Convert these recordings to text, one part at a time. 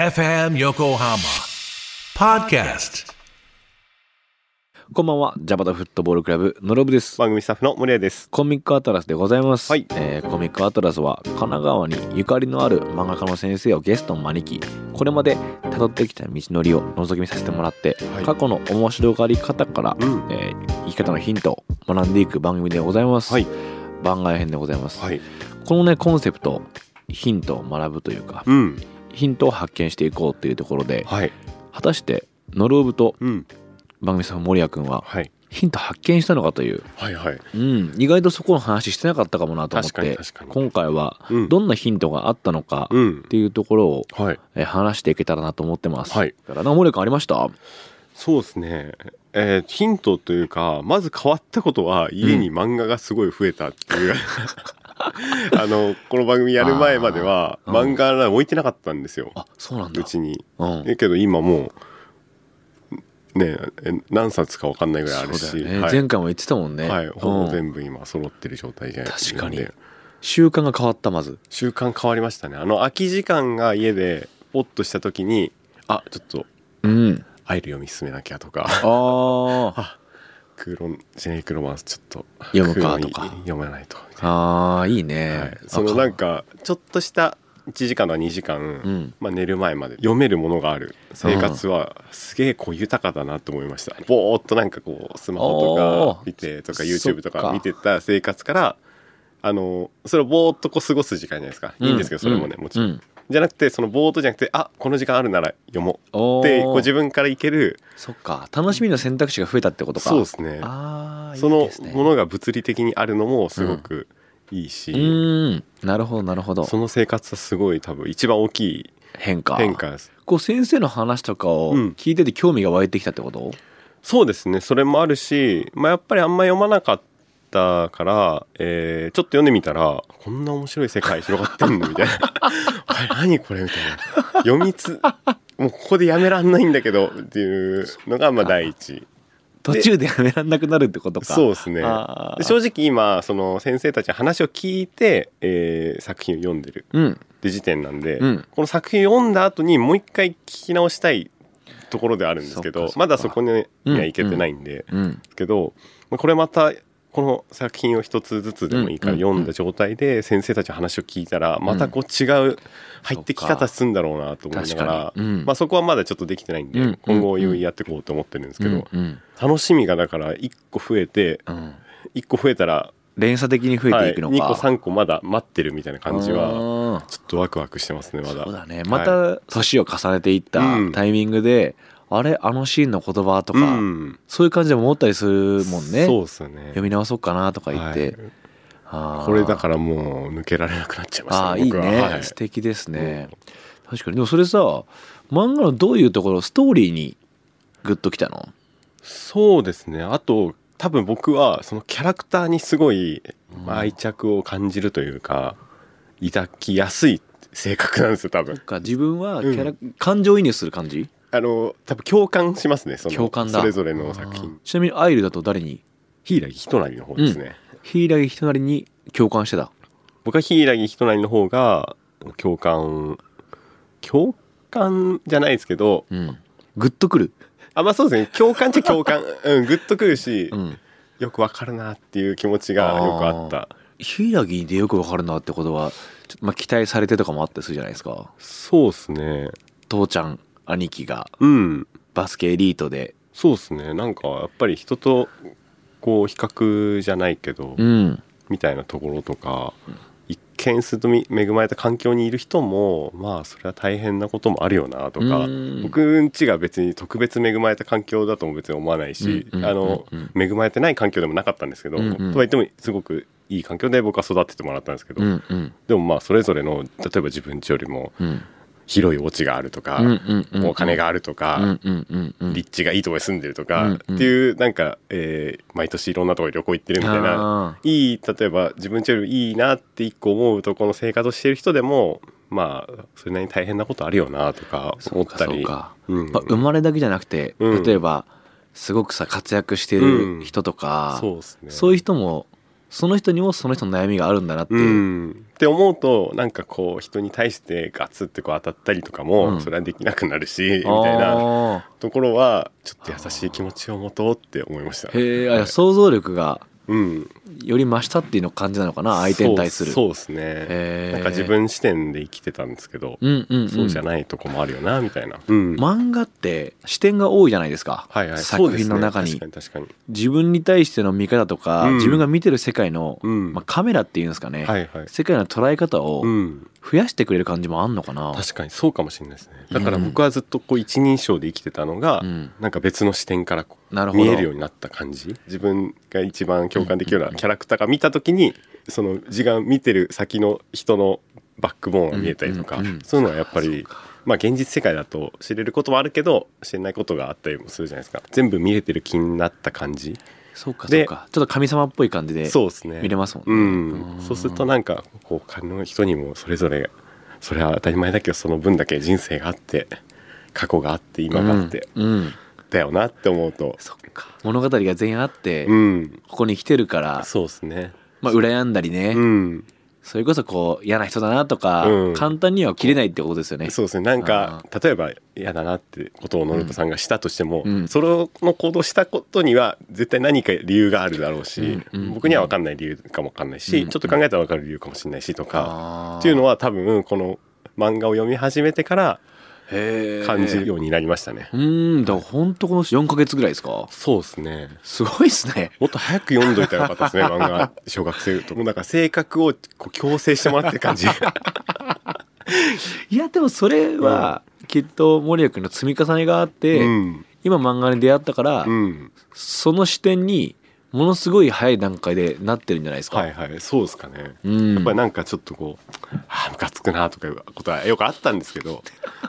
FM Yokohama Podcast. こんばんは、ジャパタフットボールクラブのロブです。番組スタッフの森谷です。コミックアトラスでございます、はいえーコミックアトラスは神奈川にゆかりのある漫画家の先生をゲストに招きこれまで辿ってきた道のりを覗き見させてもらって、はい過去の面白がり方から、うんえー生き方のヒントを学んでいく番組でございます、はい番外編でございます、い。このねコンセプトヒントを学ぶというかうん。ヒントを発見していこうというところではい。果たしてノルオブとうん。番組さん森谷君ははい。ヒント発見したのかというはいはい。うん、意外とそこの話してなかったかもなと思っ確てかに確かに今回はうんどんなヒントがあったのかうっん。ていうところをはい。えー話していけたらなと思ってます。はいだからな森君ありましたそうですね。えーヒントというか、まず変わったことは、家に漫画がすごい増えたっていう。 あの、この番組やる前までは、あーうん漫画が置いてなかったんですよ。あそうなんだう。ちに。うんえけど今もう、ねえ、何冊かわかんないぐらいあるそうし、だよね、はい前回も言ってたもんね。はい、ほうぼん全部今揃ってる状態じゃないです確かに習慣が変わったまず。習慣変わりましたねあの空き時間が家でポッとした時にあちょっと うん、アイル読み進めなきゃとあか ークーロンジェネリックロマンスちょっと読むかクーロンとか読まないと、あーいいはねい。、そのなんかちょっとした1時間の2時間、んまあ、寝る前まで読めるものがある生活はすげえこう豊かだなと思いましたぼーっとなんかこうスマホとか見てとかおー YouTube とそっかか見てた生活からあのそれをぼーっとこう過ごす時間じゃないですか、いいんですけどそれもね、もちろん、うんじゃなくてそのぼーっとじゃなくてあこの時間あるなら読もうおってこうー自分からいけるそっか楽しみの選択肢が増えたってことか。そうですねあーそいいのですねものが物理的にあるのもすごくいいし、うんなるほどなるほどその生活はすごい多分一番大きい変化変化ですこう先生の話とかをうん聞いてて興味が湧いてきたってこと、そうですねそれもあるし、まあ、やっぱりあんま読まなかったから、えーちょっと読んでみたらこんな面白い世界広がってんのみた いな「あれ何これ」みたいな読みつもうここでやめらんないんだけどっていうのがまあ第一途中でやめらんなくなるってことかそううですねあーで正直今その先生たちの話を聞いて、えー作品を読んでるうんって時点なんで、うんこの作品読んだ後にもう一回聞き直したいところではあるんですけそっどかそっかまだそこにうんはいけてないんで、うんけどまあこれまたこの作品を一つずつでもいいからうん読んだ状態で先生たちの話を聞いたらまたこう違う入ってき方するんだろうなと思いながら確、かにうんまあ、そこはまだちょっとできてないんで、うん今後うんうんやっていこうと思ってるんですけど、うん楽しみがだから1個増えてうんうん1個増えたら連鎖的に増えていくのか、はい、2個3個まだ待ってるみたいな感じははちょっとワクワクしてますねまだそうだねまはた年を重ねていったうんタイミングで、あれあのシーンの言葉といか、うんそういう感じでも思ったりするもんねそうですよね読み直そうかなとか言って、はいあーこれだからもう抜けられなくなっちゃいましたああーいい僕はね、はい素敵ですね、確かにでもそれさ漫画のどういうところストーリーにグッときたのそうですねあと多分僕はそのキャラクターにすごいまあ愛着を感じるというか抱きやすい性格なんですよ多分か自分はキャラ、感情移入する感じあの多分共感しますねその共感だそれぞれの作品ちなみにアイルだと誰に柊ひとなりの方ですね、柊ひとなりに共感してた僕は柊ひとなりの方が共感共感じゃないですけどうんグッとくるあまあそうですね共感っちゃ共 感うんグッとくるし、うんよくわかるなっていう気持ちがよくあった柊でよくわかるなってことはちょっとまあ期待されてとかもあったりするじゃないですかそうですね父ちゃん兄貴がうんバスケエリートでそうですねなんかやっぱり人とこう比較じゃないけど、んみたいなところとか、一見するとみ恵まれた環境にいる人もまあそれは大変なこともあるよなとかうん僕んちが別に特別恵まれた環境だとも別に思わないし、うんうんあのうん恵まれてない環境でもなかったんですけど、うんうんとはいってもすごくいい環境で僕は育ててもらったんですけど、うんうんでもまあそれぞれの例えば自分ちよりもうん広いお家があるとか、うんうんうんお金があるとか、うんうんうんうん立地がいいところに住んでるとか、うんうんっていうなんか、えー毎年いろんなところに旅行行ってるみたいあないい例えば自分ちよりいいなって一個思うとこの生活をしてる人でもまあそれなりに大変なことあるよなとか思ったそうりかうまあ生んまれだけじゃなくて、うん例えばすごくさ活躍してる人とか、そうですねそういう人もその人にもその人の悩みがあるんだなっていうう、ん、って思うとなんかこう人に対してガツってこう当たったりとかも、うんそれはできなくなるしみあーたいなところはちょっと優しい気持ちを持とうって思いました、へえ、あはい想像力がうん、より増したっていうの感じなのかな相手に対するそううそうですねへえなんか自分視点で生きてたんですけど、んうん、うん、そうじゃないとこもあるよなみたいな、うん漫画って視点が多いじゃないですか、はいはい、そ作うです品ねの中に確かに確かに自分に対しての見方とか、うん自分が見てる世界の、うんまあ、カメラっていうんですかね、はいはい世界の捉え方をうん、増やしてくれる感じもあんのかな、確かにそうかもしれないですねだから僕はずっとこう一人称で生きてたのが、うんなんか別の視点からこうなるほど見えるようになった感じ自分が一番共感できるようなキャラクターが見た時にその自分が見てる先の人のバックボーンが見えたりとか、うんうんうんそういうのはやっぱりまあ現実世界だと知れることもあるけど知れないことがあったりもするじゃないですか全部見れてる気になった感じそうかそでうかちょっと神様っぽい感じでそうですね見れますもんねうんうんそうするとなんかこう他の人にもそれぞれそれは当たり前だけどその分だけ人生があって過去があって今があって、うんうんだよなって思うとそっか物語が全員あって、うんここに来てるから、そうですねまあ、羨んだりね、うんそれこそこう嫌な人だなとか、うん簡単には切れないってことですよねそうですねなんか例えば嫌だなってことをノルトさんがしたとしても、うんそれの行動したことには絶対何か理由があるだろうし、うんうん僕には分かんない理由かも分かんないし、うんちょっと考えたら分かる理由かもしれないしとか、あーっていうのは多分この漫画を読み始めてからへー感じるようになりましたね。うーんだからほんとこの4ヶ月ぐらいですかそうですねすごいっすねもっと早く読んどいたらよかった ですね漫画小学生ともうなんか性格をこう強制してもらってる感 じいやでもそれはきっと森谷君の積み重ねがあって、うん今漫画に出会ったから、うんその視点にものすごい早い段階でなってるんじゃないですか、はいはいそうですかねうんやっぱりなんかちょっとこう「ああムカつくな」とかいうことはよくあったんですけど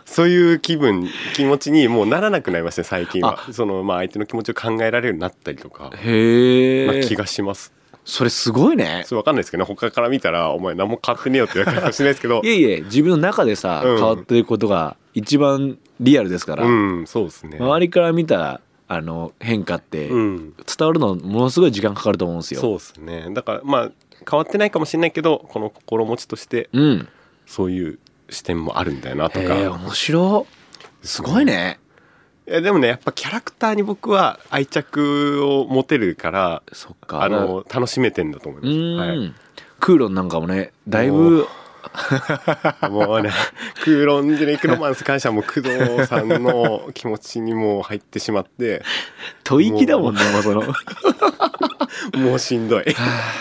そういう気分気持ちにもうならなくなりましたね最近はそのまあ相手の気持ちを考えられるようになったりとか、へえ、まあ、気がしますそれすごいねそうわかんないですけどね他から見たら「お前何も買ってねえよ」って言われるかもしれないです けどいえいえ自分の中でさ、うん変わってることが一番リアルですから、うんそうですね周りから見たあの変化ってう伝んわるのものすごい時間かかると思うんですよ。そうですねだからまあ変わってないかもしれないけどこの心持ちとしてうん、そういう視点もあるんだよなとへかえ面白いすごいね。いやでもねやっぱキャラクターに僕は愛着を持てるからそっかあの楽しめてんだと思いまうす、ん、はいクーロンなんかもねだいもぶもうね クーロンジェネイクロマンス感謝もう工藤さんの気持ちにもう入ってしまって吐息だもんねもうその。 はもうしん どい、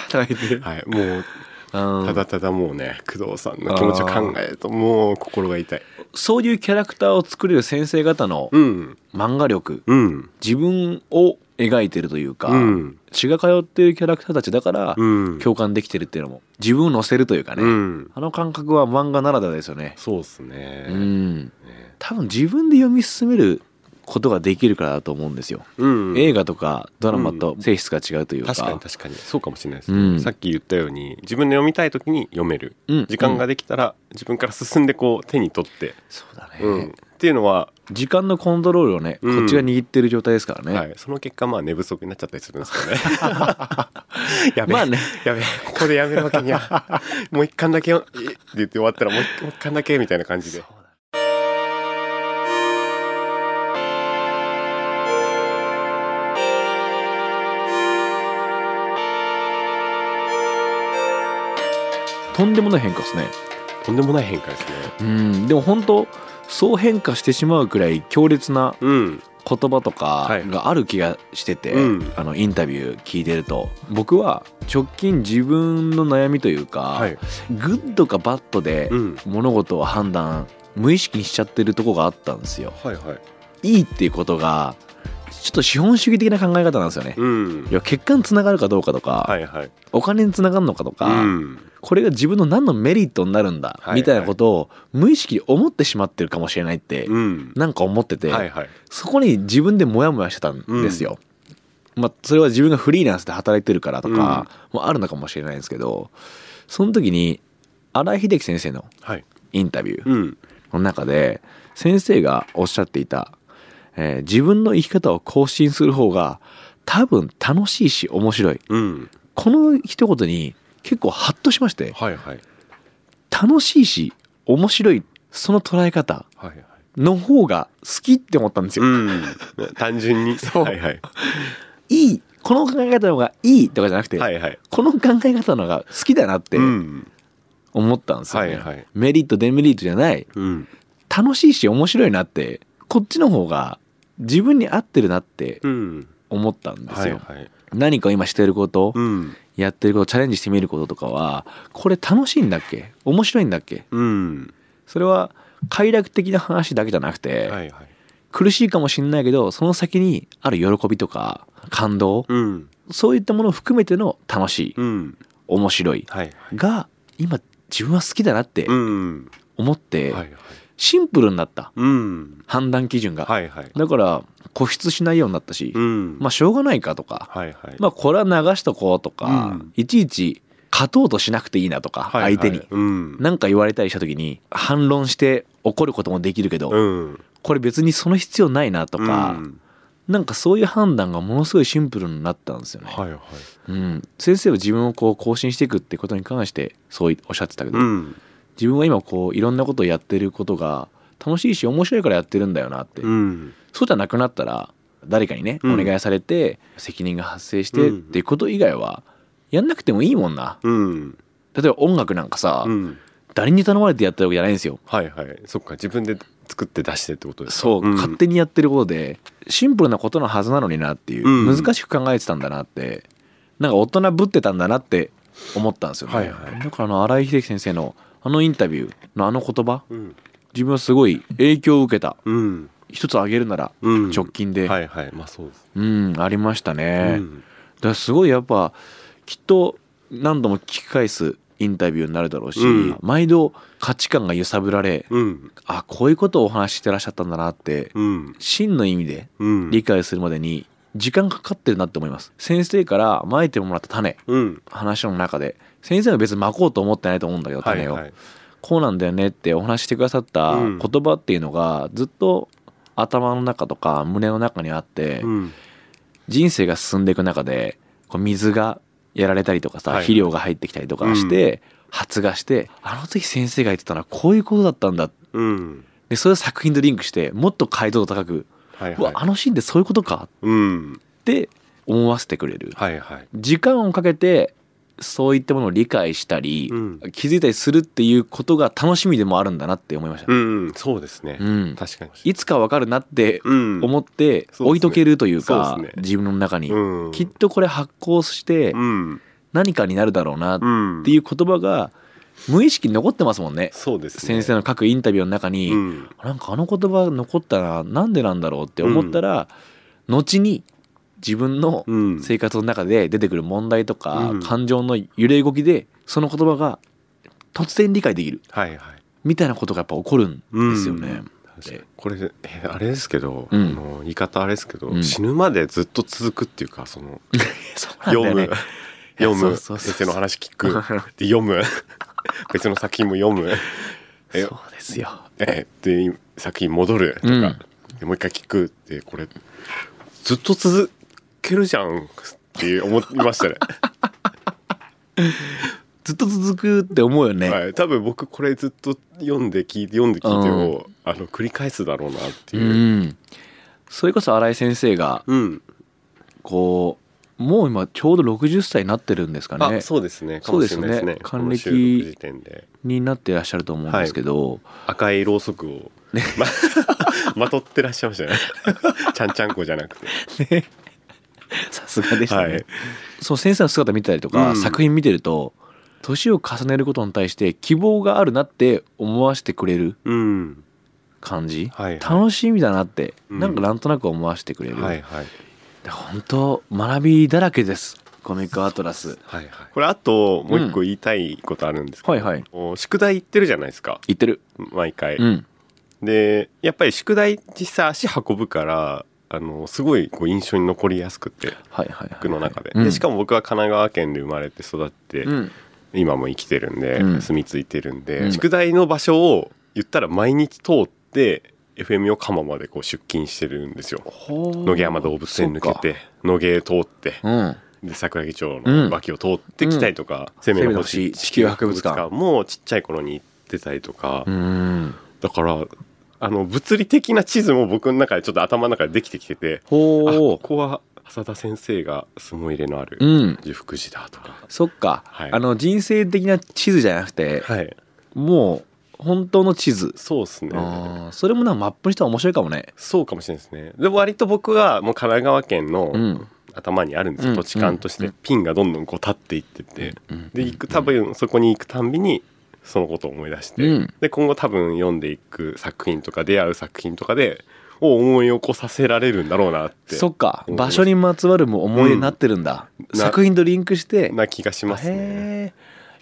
あ吐いてるはい、もううんただただもうね工藤さんの気持ちを考えるともう心が痛いそういうキャラクターを作れる先生方のうん漫画力うん自分を描いてるというか、うん血が通ってるキャラクターたちだから、うん共感できてるっていうのも自分を乗せるというかね、うんあの感覚は漫画ならではですよね。そうですね、うん、多分自分で読み進めることができるからだと思うんですよ。うん映画とかドラマと性質が違うというか。確かに確かにそうかもしれないです、うんさっき言ったように自分で読みたい時に読める、うん時間ができたら自分から進んでこう手に取って、そうだね、うんっていうのは、時間のコントロールをね、うんこっちが握ってる状態ですからね。はい、その結果まあ寝不足になっちゃったりするんですよ ねやべえ、まあねやべえここでやめるわけにはもう一巻だけよえって言って終わったらもう一もう一巻だけみたいな感じでとんでもない変化ですね。とんでもない変化ですねうん、でも本当そう変化してしまうくらい強烈なうん言葉とかはいがある気がしてて、うんあのインタビュー聞いてると僕は直近自分の悩みというか、はいグッドかバッドでうん物事を判断無意識にしちゃってるとこがあったんですよ。はいはいいいっていうことがちょっと資本主義的な考え方なんですよね。うんいや結果につながるかどうかとか、はいはいお金につながるのかとか、うんこれが自分の何のメリットになるんだ、はいみたいなことを無意識に思ってしまってるかもしれないって、うんなんか思ってて、はいはいそこに自分でモヤモヤしてたんですよ。まあ、それは自分がフリーランスで働いてるからとかもあるのかもしれないんですけど、その時に荒井秀樹先生のはいインタビューうんの中で先生がおっしゃっていた、えー自分の生き方を更新する方が多分楽しいし面白いうんこの一言に結構ハッとしましてはいはい楽しいし面白いその捉え方はいはいの方が好きって思ったんですよ、うん単純にそうはいはいいいこの考え方の方がいいとかじゃなくて、はいはいこの考え方の方が好きだなってうん思ったんですよね、はいはいメリットデメリットじゃないうん楽しいし面白いなってこっちの方が自分に合ってるなってうん思ったんですはいよ、はい何か今してること、うんやってることチャレンジしてみることとかはこれ楽しいんだっけ面白いんだっけうんそれは快楽的な話だけじゃなくて、はいはい苦しいかもしんないけどその先にある喜びとか感動、うんそういったものを含めての楽しい、うん面白いはいはいが今自分は好きだなってうん思っはて、いはいシンプルになったうん判断基準が、はいはいだから固執しないようになったし、うんまあしょうがないかとか、はいはいまあこれは流しとこうとか、うんいちいち勝とうとしなくていいなとか、はいはい相手にうん何か言われたりした時に反論して怒ることもできるけど、うんこれ別にその必要ないなとか、うんなんかそういう判断がものすごいシンプルになったんですよね、はいはいうん、先生は自分をこう更新していくってことに関してそうおっしゃってたけど、うん自分は今こういろんなことをやってることが楽しいし面白いからやってるんだよなって、うんそうじゃなくなったら誰かにねおうん願いされて責任が発生してっうんていうこと以外はやんなくてもいいもんなうん例えば音楽なんかさ、うん誰に頼まれてやってるわけじゃないんですよはいはいそっか自分で作って出してってことですかそう、ん勝手にやってることでシンプルなことのはずなのになっていう、うん難しく考えてたんだなってなんか大人ぶってたんだなって思ったんですよね、はいはいだからあの新井秀樹先生のあのインタビューのあの言葉うん自分はすごい影響を受けたうん一つ挙げるならうん直近で、はいはいまあそうですうんありましたね、だかうんらすごいやっぱきっと何度も聞き返すインタビューになるだろうし、うん毎度価値観が揺さぶられうんあこういうことをお話ししてらっしゃったんだなってうん真の意味でうん理解するまでに時間かかってるなって思います先生からまいてもらった種うん話の中で先生は別にまこうと思ってないと思うんだけどは種いを、はいこうなんだよねってお話ししてくださったうん言葉っていうのがずっと頭の中とか胸の中にあって、うん人生が進んでいく中でこう水がやられたりとかさ、はい肥料が入ってきたりとかして、発芽してあの時先生が言ってたのはこういうことだったんだうんでそれを作品とリンクしてもっと解像度高く、はいうわはいあのシーンってそういうことかうんって思わせてくれるはいはい時間をかけてそういったものを理解したり、うん気づいたりするっていうことが楽しみでもあるんだなって思いましたうね、んそうですねうん確かにいつかわかるなってうん思ってそうですね置いとけるというか、そうですね自分の中に、うんきっとこれ発行してうん何かになるだろうなっうんていう言葉が無意識に残ってますもんねそうですね先生の各インタビューの中に、うんなんかあの言葉残ったななんでなんだろうって思ったら、後に自分のうん生活の中で出てくる問題とか、うん感情の揺れ動きでその言葉が突然理解できるはいはいみたいなことがやっぱ起こるんですよね。確かにこれえあれですけど、うんあの言い方あれですけど、うん死ぬまでずっと続くっていうか そのそうなんだ読よねむ、読いやそうむそうそう先生の話聞くで 読む別の作品も読むえそうですよ。えで作品戻るとか、うんでもう一回聞くってこれずっと続けるじゃんって思いましたね、 ずっと続くって思うよね。はい、多分僕これずっと読んで聞いて読んで聞いてを、あの繰り返すだろうなってういう。ん。それこそ新井先生がうん、こうもう今ちょうど60歳になってるんですかねあそうですねかもしれないですねそうですよねこの収録時点でになってらっしゃると思うんですけど、赤いろうそくを、 ままとってらっしゃいましたね ちゃんちゃんこじゃなくてさすがでしたね、はいその先生の姿見たりとか、うん作品見てると年を重ねることに対して希望があるなって思わせてくれるうん感じ、はいは楽しみだなって、うんなんかなんとなく思わせてくれいる、はいはい本当学びだらけですコミックアトラスはいはいこれあともう一個言いたいことあるんですけど、はいはいお宿題言ってるじゃないですか言ってる毎回、うんでやっぱり宿題実際足運ぶからあのすごいこう印象に残りやすくてはいはいはい僕の中で,、うんでしかも僕は神奈川県で生まれて育って、うん今も生きてるんで、うん住み着いてるんで、うん宿題の場所を言ったら毎日通って FM 横浜までこう出勤してるんですよほう野毛山動物園抜けて野毛通ってうんで桜木町の脇を通ってきたりとか、生命の生命の星星地球博物館もちっちゃい頃に行ってたりとか、うんだからあの物理的な地図も僕の中でちょっと頭の中でできてきててあこほうこは浅田先生が相撲入れのあるうん十福寺だとか、そっか、はいあの人生的な地図じゃなくて、はいもう本当の地図、そうですねあーそれもなんかマップにしたら面白いかもねそうかもしれないですねで割と僕はもう神奈川県うのん頭にあるんですうよん土地勘としうてんピンがどんどんこう立っていっててうんで行く多分そこに行くたんびにそのことを思い出して、うんで今後多分読んでいく作品とか出会う作品とかでを思い起こさせられるんだろうなってそっか場所にまつわるも思い出になってるんだ、うんな作品とリンクしてな気がしますねへ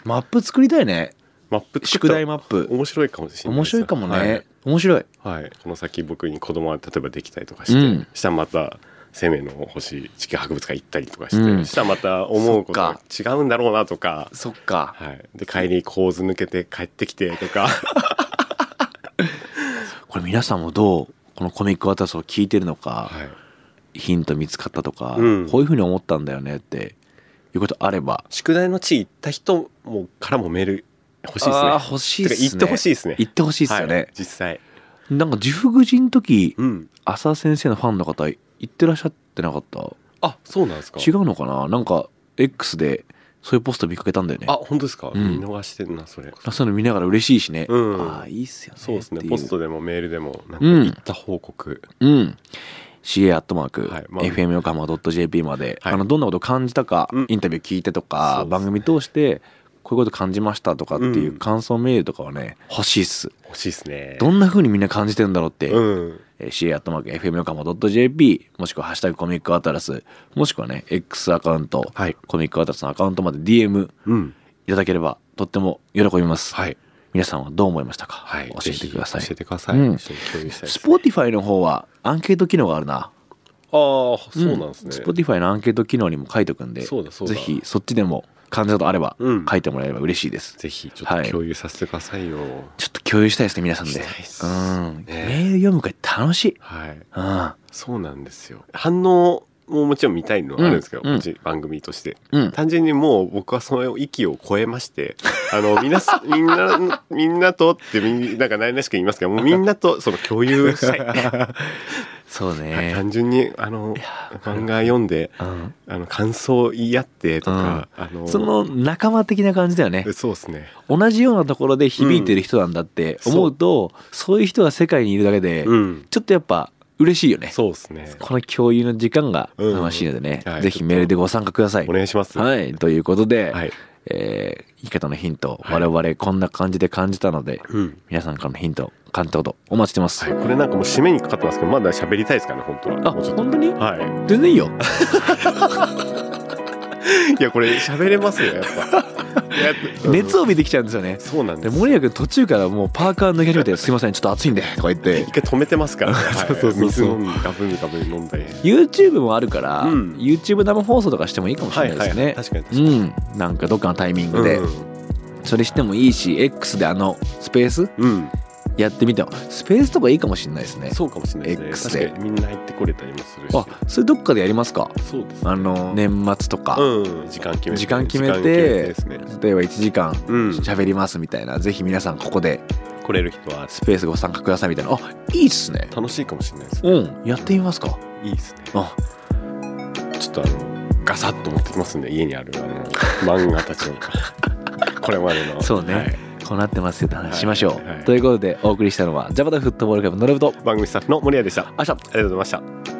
ーマップ作りたいねマップ作宿ったら題マップ面白いかもしれない面です白いかもね、面白いはい、はいこの先僕に子供が例えばできたりとかして、うんしたらまた生命の星地球博物館行ったりとかして、うんしたらまた思うことが違うんだろうなとかそっかはい、で帰り構図抜けて帰ってきてと かこれ皆さんもどうこのコミックワタスを聞いてるのか、はいヒント見つかったとか、うんこういうふうに思ったんだよねっていうことあれば宿題の地行った人もからもメール欲しいですねあー欲しいっすねてか行ってほしいですね言ってほしいですよね、はい実際なんか自福寺の時うん浅田先生のファンの方行ってらっしゃってなかったあそうなんですか違うのかななんか X でそういうポスト見かけたんだよねあ本当ですか、うん見逃してんなそれそういうの見ながら嬉しいしね、うんああいいっすよねそうですっねていポストでもメールでもなんかうん行った報告、うん CA アットマーク、はいまあ FM 横浜 .jp まで、はいあのどんなことを感じたか、うんインタビュー聞いてとか、そうっすね番組通してこういうこと感じましたとかっていううん感想メールとかはね欲しいっす欲しいですねどんな風にみんな感じてるんだろうって、うんえー CA アットマーク FM 横浜 .jp もしくは「ハッシュタグコミックアトラス」もしくはね X アカウント、はいコミックアトラスのアカウントまで DM うんいただければとっても喜びます、はい皆さんはどう思いましたか、はい教えてくださいぜひ教えてください、うん一緒に共有したいでスすポティファイの方はアンケート機能があるなああそうなんですね、スポティファイのアンケート機能にも書いておくんでそうだそうだぜひそっちでも感じたことあればうん書いてもらえれば嬉しいです、ぜひちょっはいと共有させてくださいよちょっと共有したいですね皆さんでしたいっすうんねメール読む会楽しい、はいうんそうなんですよ反応ももちろん見たいのはあるんですけど、うんうんこっち番組として、うん単純にもう僕はその域を超えまして あのみんな みんなみんなとってみんなんか何らしく言いますけどもうみんなとその共有 したい、そうはいね、 単純にあの漫画読んでうん、あの感想言い合ってとか、あのその仲間的な感じだよねそうですね同じようなところで響いてる人なんだって思うと、そういう人が世界にいるだけで、うんちょっとやっぱ嬉しいよねそうですねこの共有の時間がうん楽しいのでね、はいぜひメールでご参加くださいお。願いしますい、はい、ということで、はいえー言い方のヒント、はい我々こんな感じで感じたので、うん皆さんからのヒント、感じたことお待ちしてます。はい、これなんかもう締めにかかってますけどまだ喋りたいですかね本当はあ、もうちょっと本当にはい全然いいよ。いやこれ喋れますよや っぱいやうん熱を帯びてきちゃうんですよね。そうなんで、です森谷君途中からもうパーカー脱ぎ始めて、すいません、ちょっと暑いんで、とか言って一。回止めてますから、ね、 そうそうそうそうはい水飲んでガブンガブン飲んだり YouTube もあるから、うん YouTube 生放送とかしてもいいかもしれないですね。確かに確かに、うん、なんかどっかのタイミングで、それしてもいいし X であのスペースうん、うんやってみてもスペースとかいいかもしれないですねそうかもしれないです X ねで確かにみんな入ってこれたりもするしあそれどっかでやりますかそうですねあの年末とか、うん時間決めて時間決めて時間決めてですね例えば1時間うん喋りますみたいな、ぜひ皆さんここで来れる人はスペースご参加くださいみたいなあいいっすね楽しいかもしれないですねうんやってみますかいいですねあちょっとあのガサッと持ってきますんで家にあるあの漫画たちをこれまでのそうね、はいこうなってますよって話しましょう、はいはいということでお送りしたのはジャパタフットボールクラブのレブと番組スタッフの森谷でしたあり明日がとうございました